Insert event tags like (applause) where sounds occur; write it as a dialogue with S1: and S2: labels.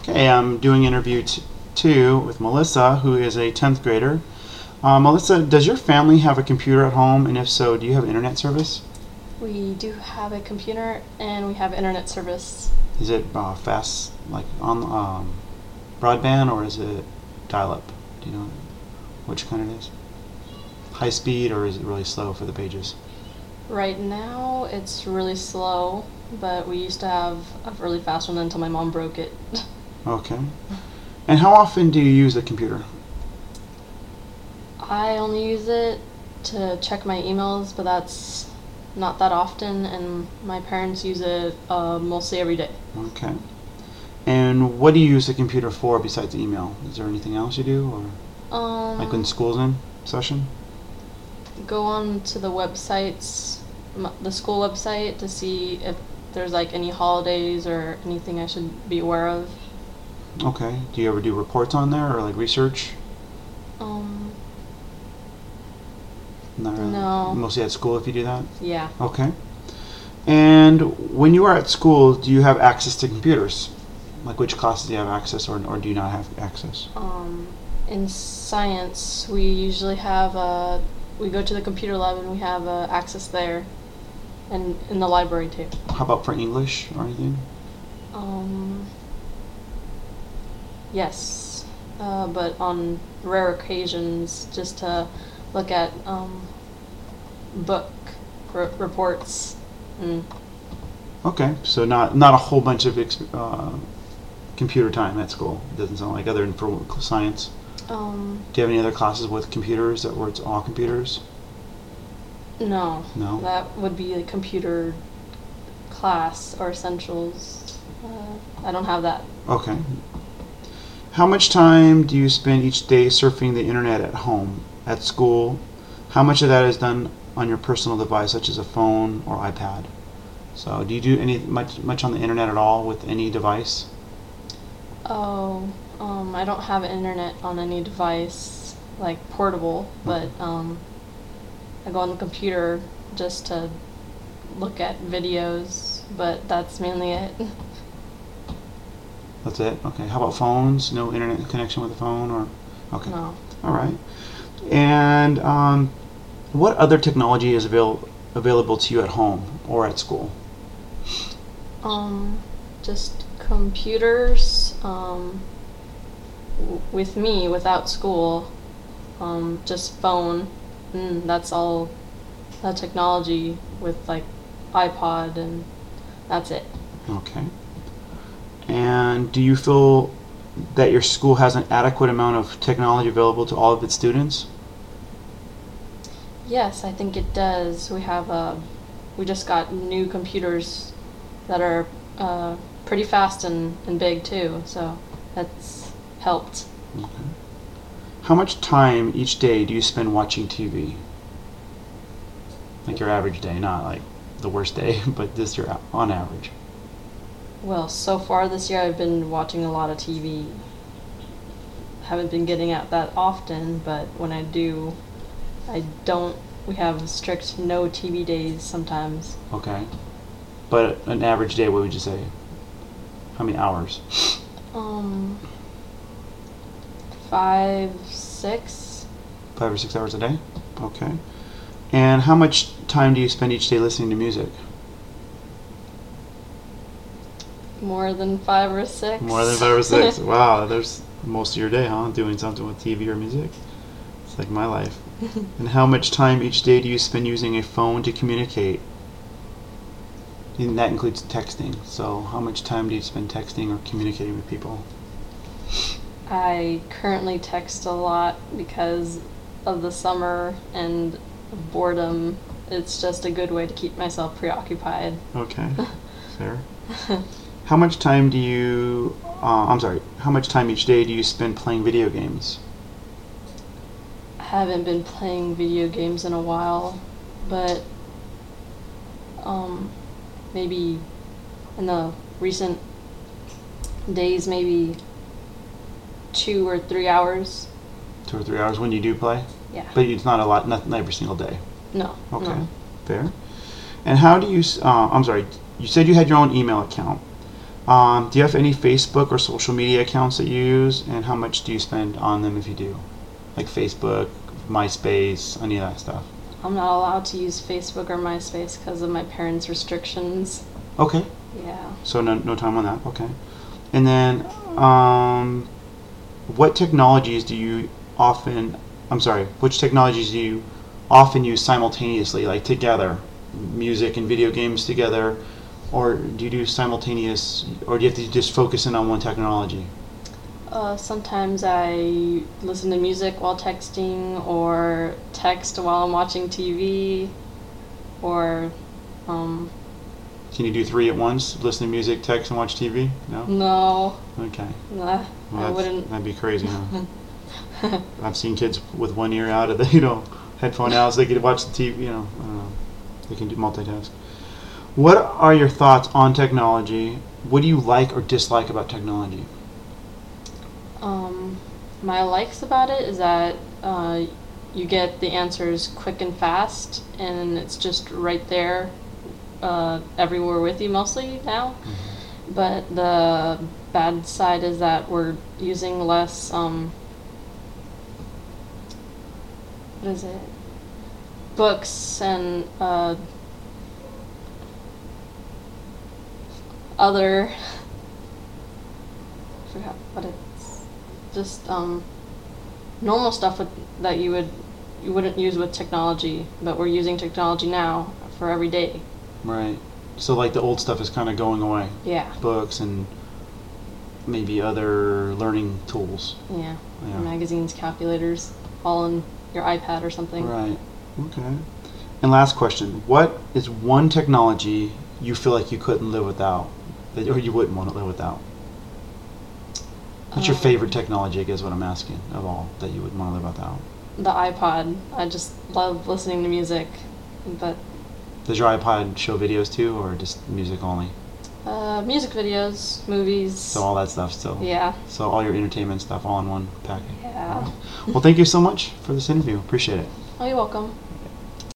S1: Okay, I'm doing interview t- two with Melissa, who is a 10th grader. Uh, Melissa, does your family have a computer at home? And if so, do you have internet service?
S2: We do have a computer and we have internet service.
S1: Is it uh, fast, like on um, broadband, or is it dial up? Do you know which kind it is? High speed, or is it really slow for the pages?
S2: Right now, it's really slow, but we used to have a really fast one until my mom broke it. (laughs)
S1: Okay. And how often do you use the computer?
S2: I only use it to check my emails, but that's not that often, and my parents use it uh, mostly every day.
S1: Okay. And what do you use the computer for besides email? Is there anything else you do, or
S2: Um,
S1: like when school's in session?
S2: go on to the websites, m- the school website, to see if there's like any holidays or anything I should be aware of.
S1: Okay. Do you ever do reports on there or like research?
S2: Um,
S1: Not really.
S2: No.
S1: Mostly at school if you do that?
S2: yeah.
S1: Okay. And when you are at school, do you have access to computers? Like which classes do you have access or, or do you not have access?
S2: Um, in science, we usually have a we go to the computer lab and we have uh, access there, and in the library too.
S1: How about for English or anything?
S2: Um, yes, uh, but on rare occasions, just to look at um, book r- reports and
S1: Okay, so not not a whole bunch of exp- uh, computer time at school. doesn't sound like other than for science.
S2: um,
S1: Do you have any other classes with computers that where it's all computers?
S2: no,
S1: No.
S2: that would be a computer class or essentials. Uh, I don't have that.
S1: Okay. How much time do you spend each day surfing the internet at home, at school? How much of that is done on your personal device, such as a phone or iPad? So, do you do any much much on the internet at all with any device?
S2: Oh, um, I don't have internet on any device, like portable, but um, I go on the computer just to look at videos, but that's mainly it. (laughs)
S1: That's it. Okay. How about phones? No internet connection with a phone, or okay.
S2: No.
S1: All right. And um, what other technology is avail- available to you at home or at school?
S2: Um, just computers, um, w- with me, without school, um, just phone, and that's all the technology with like iPod, and that's it.
S1: Okay. And do you feel that your school has an adequate amount of technology available to all of its students?
S2: Yes, I think it does. We have uh, we just got new computers that are uh, pretty fast and, and big too, so that's helped.
S1: How much time each day do you spend watching TV? Like your average day, not like the worst day, (laughs) but this year on average.
S2: Well, so far this year I've been watching a lot of TV. Haven't been getting out that often, but when I do, I don't. We have strict no TV days sometimes.
S1: Okay. But an average day, what would you say? How many hours? (laughs)
S2: Um, five, six.
S1: Five or six hours a day? Okay. And how much time do you spend each day listening to music?
S2: More than five or six.
S1: More than five or (laughs)
S2: (laughs)
S1: six. wow, there's most of your day, huh? Doing something with TV or music. It's like my life. (laughs) and how much time each day do you spend using a phone to communicate? And that includes texting. So, how much time do you spend texting or communicating with people?
S2: I currently text a lot because of the summer and boredom. It's just a good way to keep myself preoccupied. (laughs)
S1: (laughs) Okay, fair. How much time do you? Uh, I'm sorry. How much time each day do you spend playing video games?
S2: I haven't been playing video games in a while, but um, maybe in the recent days, maybe two or three hours.
S1: Two or three hours when you do play,
S2: Yeah.
S1: but it's not a lot. Not, not every single day.
S2: no.
S1: Okay,
S2: No.
S1: fair. And how do you? s- Uh, I'm sorry. You said you had your own email account. Um, do you have any Facebook or social media accounts that you use, and how much do you spend on them if you do? Like Facebook, MySpace, any of that stuff.
S2: I'm not allowed to use Facebook or MySpace because of my parents' restrictions.
S1: Okay,
S2: Yeah.
S1: so no, no time on that. Okay. And then, um, what technologies do you often, I'm sorry, which technologies do you often use simultaneously, like together? Music and video games together? Or do you do simultaneous, or do you have to just focus in on one technology?
S2: Uh, sometimes I listen to music while texting, or text while I'm watching TV, or um,
S1: Can you do three at once? Listen to music, text, and watch TV? No?
S2: no,
S1: Okay.
S2: nah,
S1: Well,
S2: Mm. I
S1: that's-
S2: wouldn't. (laughs)
S1: That'd be crazy, huh? I've seen kids with one ear out of the, (laughs) you know, headphone out so they could watch the TV, you know, I don't know. They can do multitask. What are your thoughts on technology? What do you like or dislike about technology?
S2: Um, my likes about it is that uh, you get the answers quick and fast, and it's just right there, uh, everywhere with you mostly now. But the bad side is that we're using less. Um, what is it? Books and uh, other. (laughs) forgot what it's. Just um, normal stuff with, that you would you wouldn't use with technology, but we're using technology now for every day.
S1: Right. So, like, the old stuff is kind of going away
S2: Yeah.
S1: books and maybe other learning tools.
S2: Yeah.
S1: Yeah.
S2: Magazines, calculators, all in your iPad or something.
S1: Right. Okay. And last question What is one technology you feel like you couldn't live without, that, or you wouldn't want to live without? What's your
S2: Um,
S1: favorite technology, I guess, what I'm asking, of all that you would want to live without?
S2: The iPod. I just love listening to music, but
S1: Does your iPod show videos too, or just music only?
S2: uh, music videos, movies.
S1: So, all that stuff still.
S2: yeah.
S1: So, all your entertainment stuff all in one package.
S2: Yeah.
S1: Well, thank you so much for this interview. Appreciate it.
S2: Oh, you're welcome.